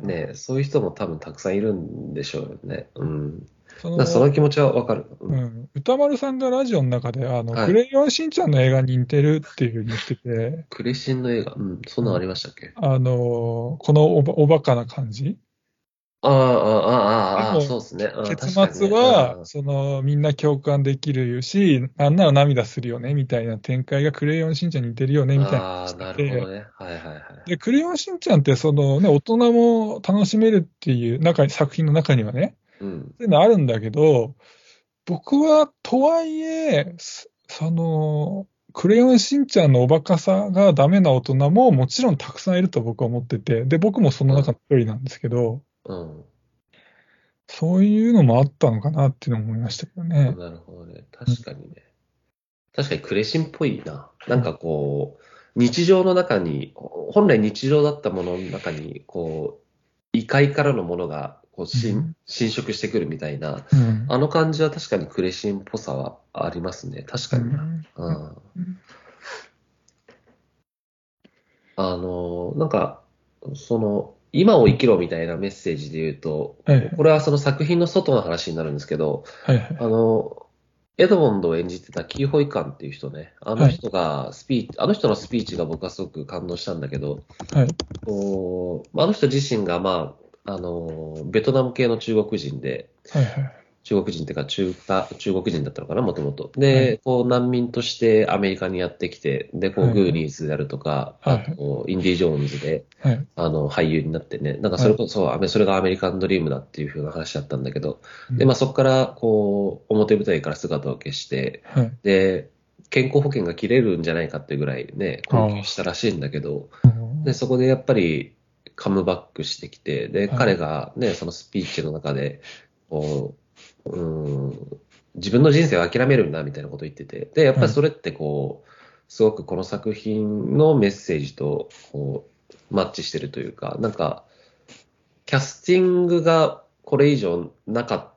Speaker 1: うん
Speaker 2: ね、そういう人も多分たくさんいるんでしょうよね。うん。
Speaker 1: そ
Speaker 2: だ
Speaker 1: の
Speaker 2: からその気持ちはわかる。う
Speaker 1: うんん、歌丸さんがラジオの中で、あの、
Speaker 2: はい
Speaker 1: クレヨンしんちゃんの映画に似てるっていうふうに言ってて、
Speaker 2: クレシンの映画、うん、そんなのありましたっけ
Speaker 1: あのーこのおばおバカな感じ、
Speaker 2: ああ、ああ、ああ、あ
Speaker 1: で
Speaker 2: あ、
Speaker 1: も
Speaker 2: そうですね。うん
Speaker 1: 結
Speaker 2: 確か
Speaker 1: 末
Speaker 2: にね
Speaker 1: は、そのみんな共感できるし、なんなら涙するよねみたいな展開がクレヨンしんちゃんに似てるよ
Speaker 2: う
Speaker 1: ね
Speaker 2: ん
Speaker 1: みたいな
Speaker 2: ああ、
Speaker 1: してて
Speaker 2: なるほどね。はいはいはい。
Speaker 1: で、クレヨンしんちゃんって、そのね、大人も楽しめるっていう中に作品の中にはね、
Speaker 2: うん。
Speaker 1: そういうのあるんだけど、僕はとはいえ、すその、クレヨンしんちゃんのおバカさがダメな大人ももちろんたくさんいると僕は思ってて、で、僕もその中の一人なんですけど、
Speaker 2: うん。
Speaker 1: そういうのもあったのかなっていうのを思いましたけどね。
Speaker 2: なるほどね。確かにね。確かにクレシンっぽいな。なんかこう、日常の中に、ほ本来日常だったものの中に、こう、異界からのものがこう
Speaker 1: う
Speaker 2: 侵
Speaker 1: ん
Speaker 2: 侵食してくるみたいな、
Speaker 1: うん。
Speaker 2: あの感じは確かにクレシンっぽさはありますね。確かにな。うん
Speaker 1: うん
Speaker 2: あの、なんか、その、今を生きろみたいなメッセージで言うと、
Speaker 1: はい
Speaker 2: これはその作品の外の話になるんですけど、
Speaker 1: はいはい。
Speaker 2: あの、エドモンドを演じてたキーホイカンっていう人ね、あの人がスピーチ、あの人のスピーチが僕はすごく感動したんだけど、
Speaker 1: はい。
Speaker 2: こうまああの人自身が、まあ、あの、ベトナム系の中国人で、
Speaker 1: はいはい。
Speaker 2: 中国人っていうか中華、中国人だったのかな、もともと。
Speaker 1: は
Speaker 2: で、こう難民としてアメリカにやってきて、で、こ
Speaker 1: は
Speaker 2: う
Speaker 1: い
Speaker 2: グーニーズであるとか、
Speaker 1: は
Speaker 2: あ
Speaker 1: い
Speaker 2: とインディ・ジョーンズで、
Speaker 1: はい。
Speaker 2: あの、俳優になってね、なんかそれこそ、アメそれがアメリカンドリームだっていう風な話だったんだけど、で、まあそこから、こう、表舞台から姿を消して、
Speaker 1: あ、はい。
Speaker 2: で、健康保険が切れるんじゃないかっていうぐらいね、困窮したらしいんだけど、
Speaker 1: うん
Speaker 2: で、そこでやっぱりカムバックしてきて、で、
Speaker 1: はい
Speaker 2: 彼がね、そのスピーチの中で、こう、うーん、自分の人生を諦めるんだみたいなことを言ってて、で、やっぱりそれってこう、すごくこの作品のメッセージと、こう、マッチしてるというか、なんか、キャスティングがこれ以上なか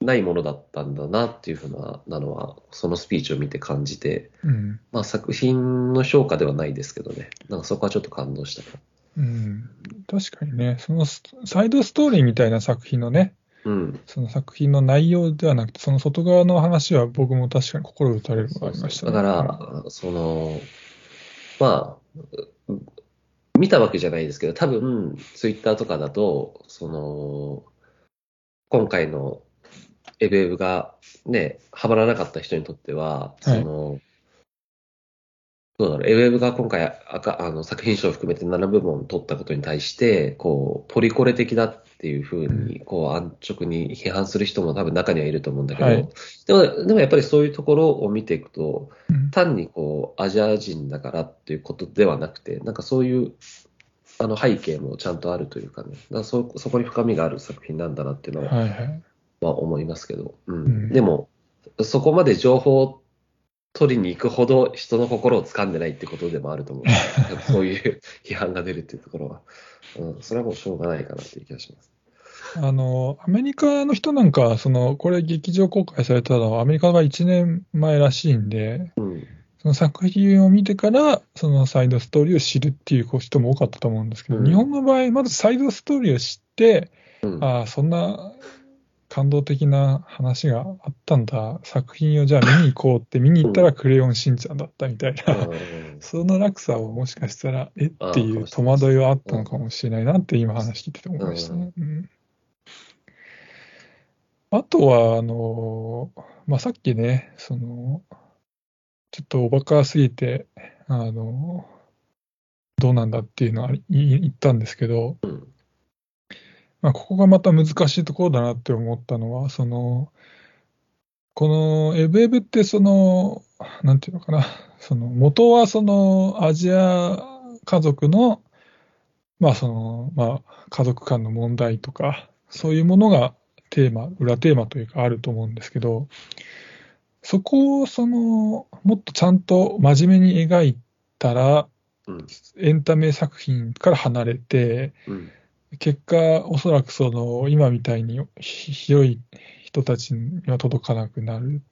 Speaker 2: ないものだったんだなっていうふうななのは、そのスピーチを見て感じて、
Speaker 1: うん。
Speaker 2: まあ作品の評価ではないですけどね、なんかそこはちょっと感動したな。
Speaker 1: うん。確かにね、そのスサイドストーリーみたいな作品のね、
Speaker 2: うん。
Speaker 1: その作品の内容ではなくて、その外側の話は僕も確かに心打たれるものがありました
Speaker 2: だ
Speaker 1: ね。
Speaker 2: から、その、まあ、見たわけじゃないですけど、多分、ツイッターとかだと、その、今回のエブエブがね、ハマらなかった人にとっては、その、どうだろう、エブエブが今回あかあの作品賞を含めて7部門取ったことに対して、こう、ポリコレ的だっていうふうに、こう、安直に批判する人も多分中にはいると思うんだけど、
Speaker 1: はい
Speaker 2: でも、でもやっぱりそういうところを見ていくと、
Speaker 1: うん
Speaker 2: 単にこう、アジア人だからっていうことではなくて、なんかそういう、あの背景もちゃんとあるというかね、だからそそこに深みがある作品なんだなっていうのは
Speaker 1: はいはい。
Speaker 2: は思いますけど、うん
Speaker 1: うん
Speaker 2: でも、そこまで情報を取りに行くほど人の心を掴んでないってことでもあると思う。そういう批判が出るっていうところは、うん、それはもうしょうがないかなっていう気がします。
Speaker 1: あの、アメリカの人なんか、その、これ劇場公開されたのはアメリカが1年前らしいんで、
Speaker 2: うん、
Speaker 1: その作品を見てから、そのサイドストーリーを知るっていう人も多かったと思うんですけど、
Speaker 2: うん
Speaker 1: 日本の場合、まずサイドストーリーを知って、
Speaker 2: うん
Speaker 1: ああ、そんな感動的な話があったんだ、作品をじゃあ見に行こうって、見に行ったらクレヨンしんちゃんだったみたいな、
Speaker 2: うん
Speaker 1: その落差をもしかしたら、え
Speaker 2: ああ
Speaker 1: っていう戸惑いはあったのかもしれないなって今話聞いてて思いましたね。うんあとは、あの、まあ、さっきね、その、ちょっとおバカすぎて、あの、どうなんだっていうのは言い言ったんですけど、
Speaker 2: うん
Speaker 1: まあ、ここがまた難しいところだなって思ったのは、その、このエブエブってその、なんていうのかな、その元はそのアジア家族の、まあその、まあ家族間の問題とか、そういうものがテーマ、裏テーマというかあると思うんですけど、そこをその、もっとちゃんと真面目に描いたら、
Speaker 2: うん
Speaker 1: エンタメ作品から離れて、
Speaker 2: うん
Speaker 1: 結果、おそらくその今みたいにひ広い人たちには届かなくなる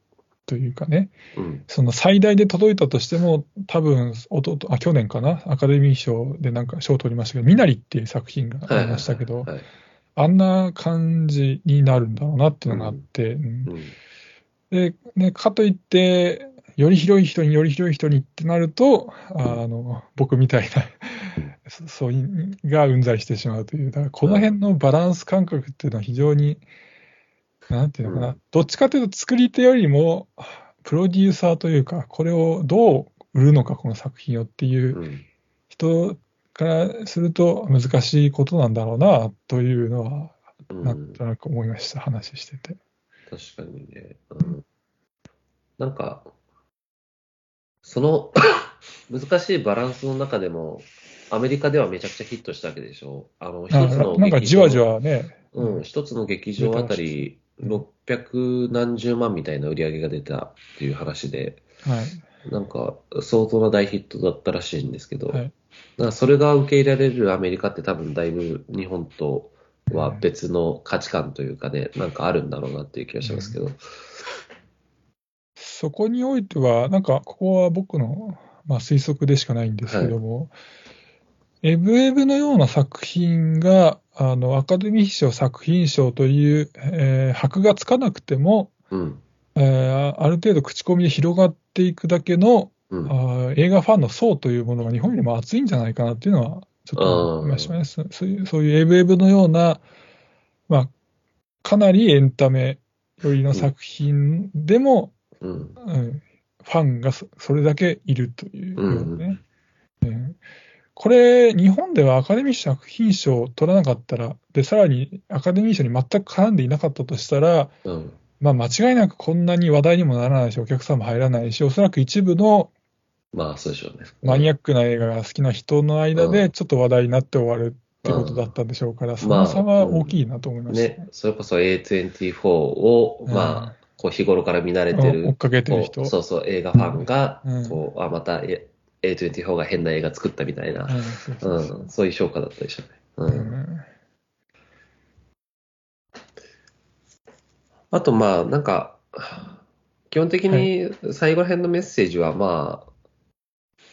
Speaker 1: というかね、
Speaker 2: うん
Speaker 1: その最大で届いたとしても、多分おととあ去年かな、アカデミー賞でなんか賞を取りましたけど、みなりっていう作品がありましたけど、
Speaker 2: はいはい
Speaker 1: あんな感じになるんだろうなっていうのがあって、うん
Speaker 2: はい
Speaker 1: で、ね、かといって、より広い人により広い人にってなると、ああの僕みたいな、そそういうがうんざりしてしまうという、だからこの辺のバランス感覚っていうのは非常に、なんていうのか
Speaker 2: う
Speaker 1: な、どっちかというと作り手よりも、プロデューサーというか、これをどう売るのか、この作品をっていう
Speaker 2: うんうん
Speaker 1: 人からすると難しいことなんだろうな、というのは、
Speaker 2: うん
Speaker 1: なんとなく思いました、話してて。
Speaker 2: 確かにね。うん、なんか、その 難しいバランスの中でも、アメリカではめちゃくちゃヒットしたわけでしょ。あの、一
Speaker 1: な
Speaker 2: つの
Speaker 1: なんかじわじ
Speaker 2: 劇場、
Speaker 1: わね、
Speaker 2: うん、一つの劇場あたり、
Speaker 1: 出てま
Speaker 2: 600何十万みたいな売り上げが出たっていう話で、
Speaker 1: はい。
Speaker 2: なんか相当な大ヒットだったらしいんですけど、
Speaker 1: はい
Speaker 2: なんかそれが受け入れられるアメリカって多分だいぶ日本とは別の価値観というかね、なんかあるんだろうなっていう気がしますけど。
Speaker 1: そこにおいては、なんかここは僕の、まあ、推測でしかないんですけども、エブエブのような作品が、あの、アカデミー賞作品賞という、えー、箔がつかなくても、
Speaker 2: うん。
Speaker 1: えーある程度口コミで広がっていくだけの、
Speaker 2: うん。
Speaker 1: あー映画ファンの層というものが日本よりも厚いんじゃないかなっていうのは、ちょっと思いましたね。そそういう、そういうエブエブのような、まあ、かなりエンタメよりの作品でも、
Speaker 2: うん。
Speaker 1: うんファンがそそれだけいるというようなね。
Speaker 2: う
Speaker 1: うんこれ、日本ではアカデミー賞作品賞を取らなかったら、で、さらにアカデミー賞に全く絡んでいなかったとしたら、
Speaker 2: うん。
Speaker 1: まあ、間違いなくこんなに話題にもならないし、お客さんも入らないし、おそらく一部の
Speaker 2: まあ、そうでしょうね。
Speaker 1: マニアックな映画が好きな人の間
Speaker 2: う
Speaker 1: で、
Speaker 2: ん
Speaker 1: ちょっと話題になって終わるってことだったんでしょうから、その差は大きいなと思いました
Speaker 2: ね、それこそ A24 を、
Speaker 1: うん
Speaker 2: まあ、こう日頃から見慣れて
Speaker 1: 追っ
Speaker 2: る、
Speaker 1: かけてる
Speaker 2: こ
Speaker 1: 人。
Speaker 2: うそうそう、映画ファンが
Speaker 1: うん、
Speaker 2: こう、あ、またえ A24 が変な映画作ったみたいな、、
Speaker 1: うんそうそううそうん
Speaker 2: そういう評価だったでしょうね。うん。
Speaker 1: うん
Speaker 2: あと、まあ、なんか、基本的
Speaker 1: は
Speaker 2: に最後ら辺のメッセージは、ま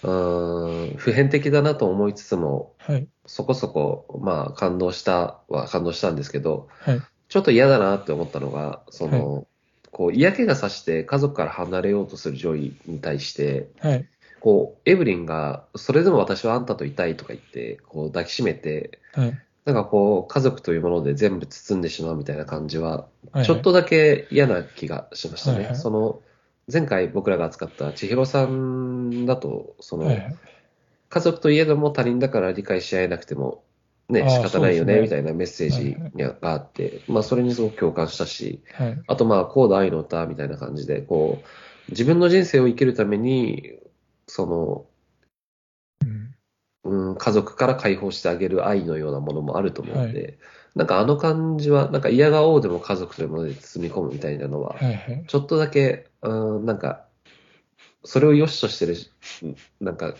Speaker 2: あ、うん、普遍的だなと思いつつも、
Speaker 1: はい。
Speaker 2: そこそこ、まあ、感動したは感動したんですけど、
Speaker 1: はい。
Speaker 2: ちょっと嫌だなって思ったのが、その、こう、嫌気がさして家族から離れようとするジョイに対して、
Speaker 1: はい。
Speaker 2: こう、エブリンが、それでも私はあんたといたいとか言って、こう抱きしめて、
Speaker 1: はい。
Speaker 2: なんかこう、家族というもので全部包んでしまうみたいな感じは、
Speaker 1: はい
Speaker 2: ちょっとだけ嫌な気がしましたね。
Speaker 1: はいはい
Speaker 2: その、前回僕らが扱った千尋さんだと、その、
Speaker 1: はいはい
Speaker 2: 家族といえども他人だから理解し合えなくても、ね
Speaker 1: あ、ー
Speaker 2: 仕方ない
Speaker 1: そ
Speaker 2: よね、
Speaker 1: うですね
Speaker 2: みたいなメッセージがあって、まあそれにすごく共感したし、
Speaker 1: はい。
Speaker 2: あとまあ、コード愛の歌みたいな感じで、こう、自分の人生を生きるために、そ
Speaker 1: うん
Speaker 2: の、うん、家族から解放してあげる愛のようなものもあると思うんで、なんかあの感じは、なんか嫌がおうでも家族というもので包み込むみたいなのは、
Speaker 1: はい。はい。
Speaker 2: ちょっとだけ、うん、なんか、それを良しとしてる、なんか、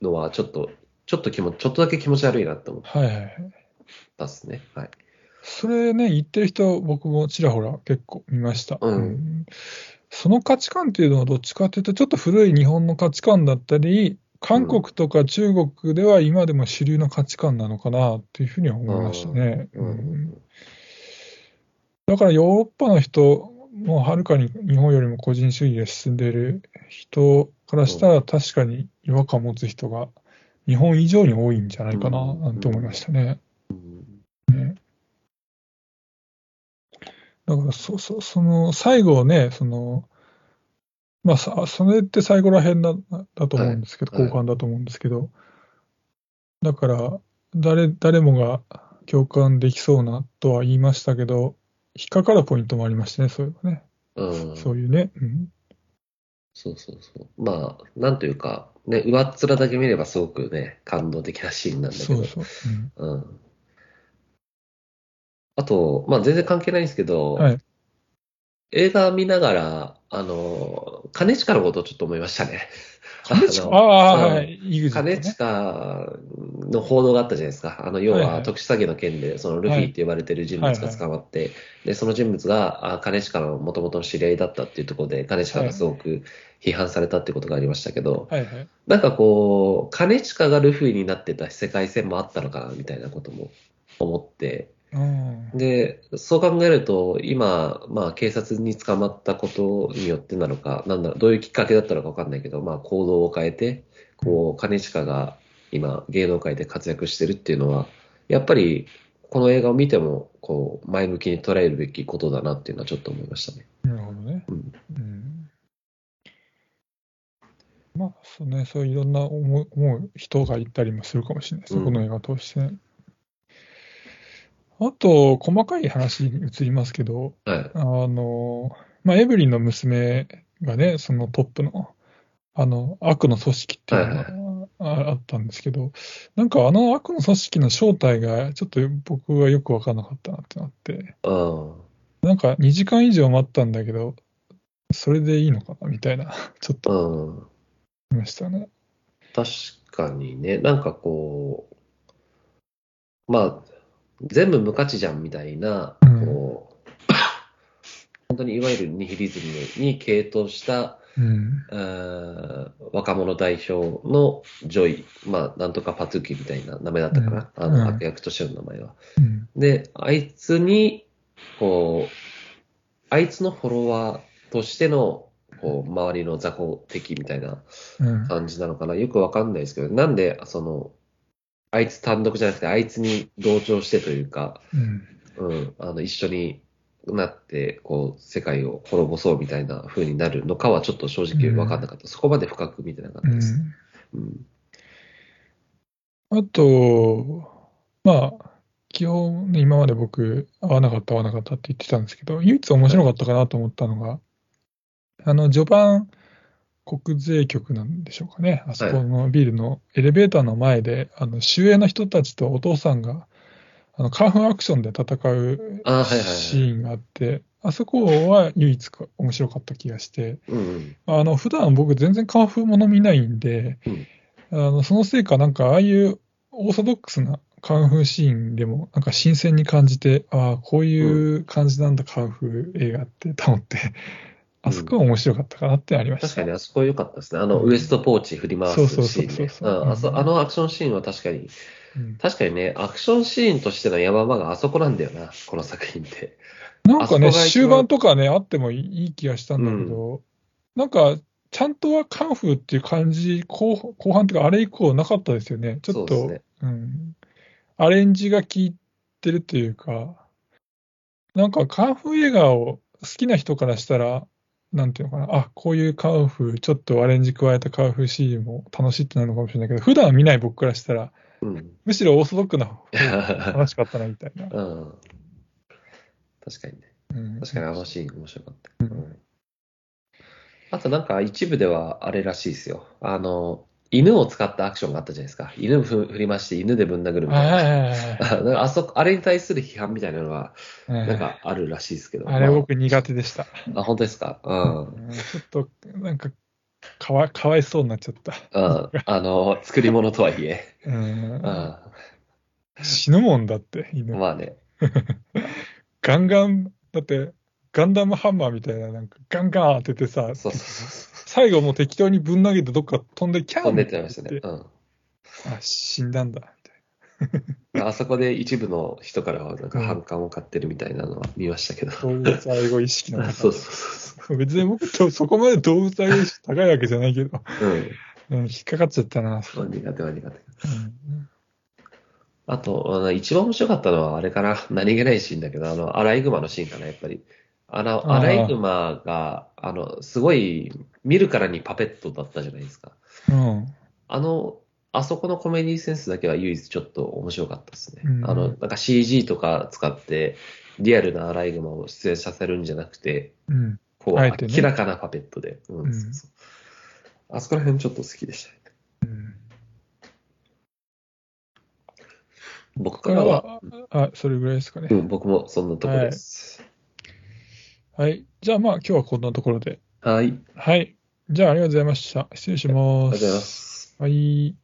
Speaker 2: のは、ちょっと、ちょっと気も、ちょっとだけ気持ち悪いなって思っ
Speaker 1: はいはいはい。
Speaker 2: たっすね。はい。
Speaker 1: それね、言ってる人、僕もちらほら結構見ました。
Speaker 2: うん
Speaker 1: その価値観っていうのはどっちかっていうと、ちょっと古い日本の価値観だったり、韓国とか中国では今でも主流の価値観なのかなっていうふうには思いましたね。
Speaker 2: うん
Speaker 1: うんだからヨーロッパの人、もうはるかに日本よりも個人主義が進んでいる人からしたら、確かに違和感を持つ人が日本以上に多いんじゃないかな、
Speaker 2: うん
Speaker 1: なんて思いましたね。だからそ、そ、その、最後ね、その、まあ、さ、それって最後らへんだ、だと思うんですけど、
Speaker 2: はいはい
Speaker 1: 後半だと思うんですけど、だから、誰、誰もが共感できそうなとは言いましたけど、引っかかるポイントもありましたね、そういうね。
Speaker 2: うん。
Speaker 1: そういうね。うん。
Speaker 2: そうそうそう。まあ、なんというか、ね、上っ面だけ見ればすごくね、感動的なシーンなんだけ
Speaker 1: そ
Speaker 2: ど
Speaker 1: う。そう。うん
Speaker 2: うん。あと、まあ全然関係ないんですけど、
Speaker 1: はい
Speaker 2: 映画見ながら、あの、兼近のことをちょっと思いましたね。
Speaker 1: 金近、
Speaker 2: あの
Speaker 1: ああ
Speaker 2: うん
Speaker 1: ー、はい。イグジットね
Speaker 2: 兼近の報道があったじゃないですか。あの、要
Speaker 1: はいは
Speaker 2: はい特殊詐欺の件で、そのルフィって呼ばれてる人物が捕まって、で、その人物が、あ、兼近の元々の知り合いだったっていうところで、兼近がすごく批判されたってことがありましたけど、
Speaker 1: はいはい。
Speaker 2: なんかこう、兼近がルフィになってた世界線もあったのかな、みたいなことも思って、
Speaker 1: うん。
Speaker 2: で、そう考えると、今、まあ、警察に捕まったことによってなのか、なんだろう、どういうきっかけだったのかわかんないけど、まあ、行動を変えて、こう、兼近が今、芸能界で活躍してるっていうのは、やっぱり、この映画を見ても、こう、前向きに捉えるべきことだなっていうのはちょっと思いましたね。
Speaker 1: なるほどね。
Speaker 2: うん
Speaker 1: うんまあ、そうね、そういろんな思う思う人がいたりもするかもしれないですね、
Speaker 2: うん
Speaker 1: この映画を通してね。あと、細かい話に移りますけど、
Speaker 2: はい。
Speaker 1: あの、まあ、エブリンの娘がね、そのトップの、あの、悪の組織っていうのがああったんですけど、なんかあの悪の組織の正体が、ちょっと僕はよくわからなかったなってなって。
Speaker 2: うん。
Speaker 1: なんか2時間以上待ったんだけど、それでいいのかなみたいな、ちょっと
Speaker 2: うん。
Speaker 1: 思いましたね。
Speaker 2: 確かにね、なんかこう、まあ、全部無価値じゃんみたいな、
Speaker 1: うん
Speaker 2: こう、本当にいわゆるニヒリズムに傾倒した、
Speaker 1: うん。
Speaker 2: あー若者代表のジョイ、まあ、なんとかパトゥーキみたいな名前だったかな、
Speaker 1: うん
Speaker 2: あ
Speaker 1: うん
Speaker 2: の悪役としての名前は。
Speaker 1: うん。
Speaker 2: で、あいつに、こう、あいつのフォロワーとしての、こう、周りの雑魚敵みたいな
Speaker 1: うん。
Speaker 2: 感じなのかな、よくわかんないですけど、なんで、その、あいつ単独じゃなくて、あいつに同調してというか、
Speaker 1: うん。
Speaker 2: うん、あの一緒になってこう世界を滅ぼそうみたいな風になるのかはちょっと正直分かんなかった、そこまで深く見てなかった
Speaker 1: う
Speaker 2: です。
Speaker 1: ん。
Speaker 2: うん
Speaker 1: あと、まあ、基本、ね、今まで僕、合わなかった、合わなかったって言ってたんですけど、唯一面白かったかなと思ったのが、あの、序盤、国税局なんでしょうかね。あそこのビルのエレベーターの前で、あの、守衛の人たちとお父さんが、あの、カーフアクションで戦う
Speaker 2: あはいはいはい
Speaker 1: シーンがあって、あそこは唯一か面白かった気がして、
Speaker 2: うん
Speaker 1: あの普段僕全然カンフーもの見ないんで、
Speaker 2: うん
Speaker 1: あのそのせいかなんかああいうオーソドックスなカンフーシーンでもなんか新鮮に感じてああこういう感じなんだカンフー映画ってと思って、あそこは面白かったかなってありまし
Speaker 2: 確
Speaker 1: た。
Speaker 2: かにあそこ良かったですね。あの、
Speaker 1: うん
Speaker 2: ウエストポーチ振り回すシーン
Speaker 1: そうそうそう
Speaker 2: ね。
Speaker 1: そううそうん
Speaker 2: あそあのアクションシーンは確かに、
Speaker 1: うん
Speaker 2: 確かにね、アクションシーンとしての山場があそこなんだよな、この作品って。
Speaker 1: なんかね
Speaker 2: あそこが一
Speaker 1: 終
Speaker 2: 番
Speaker 1: 盤とかねあってもいいいい気がしたんだけど、なんかちゃんとはカンフーっていう感じ後後半というかあれ以降なかったですよねちょ
Speaker 2: そ
Speaker 1: っ
Speaker 2: うです
Speaker 1: と
Speaker 2: ね。
Speaker 1: うんアレンジが効いてるというか、なんかカンフー映画を好きな人からしたら、なんていうのかな、あこういうカンフー、ちょっとアレンジ加えたカンフーシーンも楽しいってなるのかもしれないけど、普段見ない僕からしたら、
Speaker 2: うん。
Speaker 1: むしろオーソドックな方が楽しかったなみたいな。
Speaker 2: うん確かにね。
Speaker 1: うん
Speaker 2: 確かにあのシーン面白かった。うんあとなんか一部ではあれらしいですよ。あの、犬を使ったアクションがあったじゃないですか。犬ふ振りまして犬でぶん殴るみ
Speaker 1: はいは
Speaker 2: たい
Speaker 1: い
Speaker 2: な。
Speaker 1: はいはい
Speaker 2: なんかあそこ、あれに対する批判みたいなのは、
Speaker 1: うん
Speaker 2: なんかあるらしいですけど。
Speaker 1: あれ
Speaker 2: ま
Speaker 1: 僕苦手でした。
Speaker 2: あ、本当ですかうん。
Speaker 1: うんちょっと、なんかかわ、かわいそうになっちゃった。
Speaker 2: うん。あの、作り物とはいえ。
Speaker 1: うん
Speaker 2: うん。
Speaker 1: 死ぬもんだって、犬。
Speaker 2: まあね。
Speaker 1: ガンガン、だって、ガンダムハンマーみたいな、なんか、ガンガン当ててさ、
Speaker 2: そうそうそうそう。
Speaker 1: 最後もう適当にぶん投げてどっか飛んで、キャン
Speaker 2: 飛んでっちゃいましたね。うん。
Speaker 1: あ、死んだんだ、みたい
Speaker 2: あそこで一部の人からはなんか反感を買ってるみたいなのは見ましたけど。
Speaker 1: な。動物愛護意識の
Speaker 2: そう
Speaker 1: 高さ
Speaker 2: そうそうそ
Speaker 1: 別に僕とそこまで動物愛護意識高いわけじゃないけど、
Speaker 2: う。うん。
Speaker 1: うん、引っかかっちゃったな、そ
Speaker 2: まあ
Speaker 1: こ。
Speaker 2: 苦手は苦手。
Speaker 1: うん
Speaker 2: あと、あの一番面白かったのは、あれかな、 何気ないシーンだけど、あの、アライグマのシーンかな、やっぱり。あの、
Speaker 1: あー
Speaker 2: アライグマが、あの、すごい、見るからにパペットだったじゃないですか。
Speaker 1: うん。
Speaker 2: あの、あそこのコメディセンスだけは唯一ちょっと面白かったですね。
Speaker 1: うん
Speaker 2: あの、なんか CG とか使って、リアルなアライグマを出演させるんじゃなくて、
Speaker 1: うん。
Speaker 2: こう、
Speaker 1: あえてね
Speaker 2: 明らかなパペットで。うん
Speaker 1: うん
Speaker 2: そうそうあそこら辺ちょっと好きでしたね。
Speaker 1: うん
Speaker 2: 僕
Speaker 1: か
Speaker 2: か
Speaker 1: ら
Speaker 2: らは、
Speaker 1: は、あ、それぐらいですかね
Speaker 2: う。ん、僕もそんなとこです。
Speaker 1: はい。じゃあまあ、今日はこんなところで。
Speaker 2: はい、ありがとう
Speaker 1: はい。じゃあ、ありがとうございました。失礼しま
Speaker 2: ご
Speaker 1: す。
Speaker 2: ざいます。
Speaker 1: はい。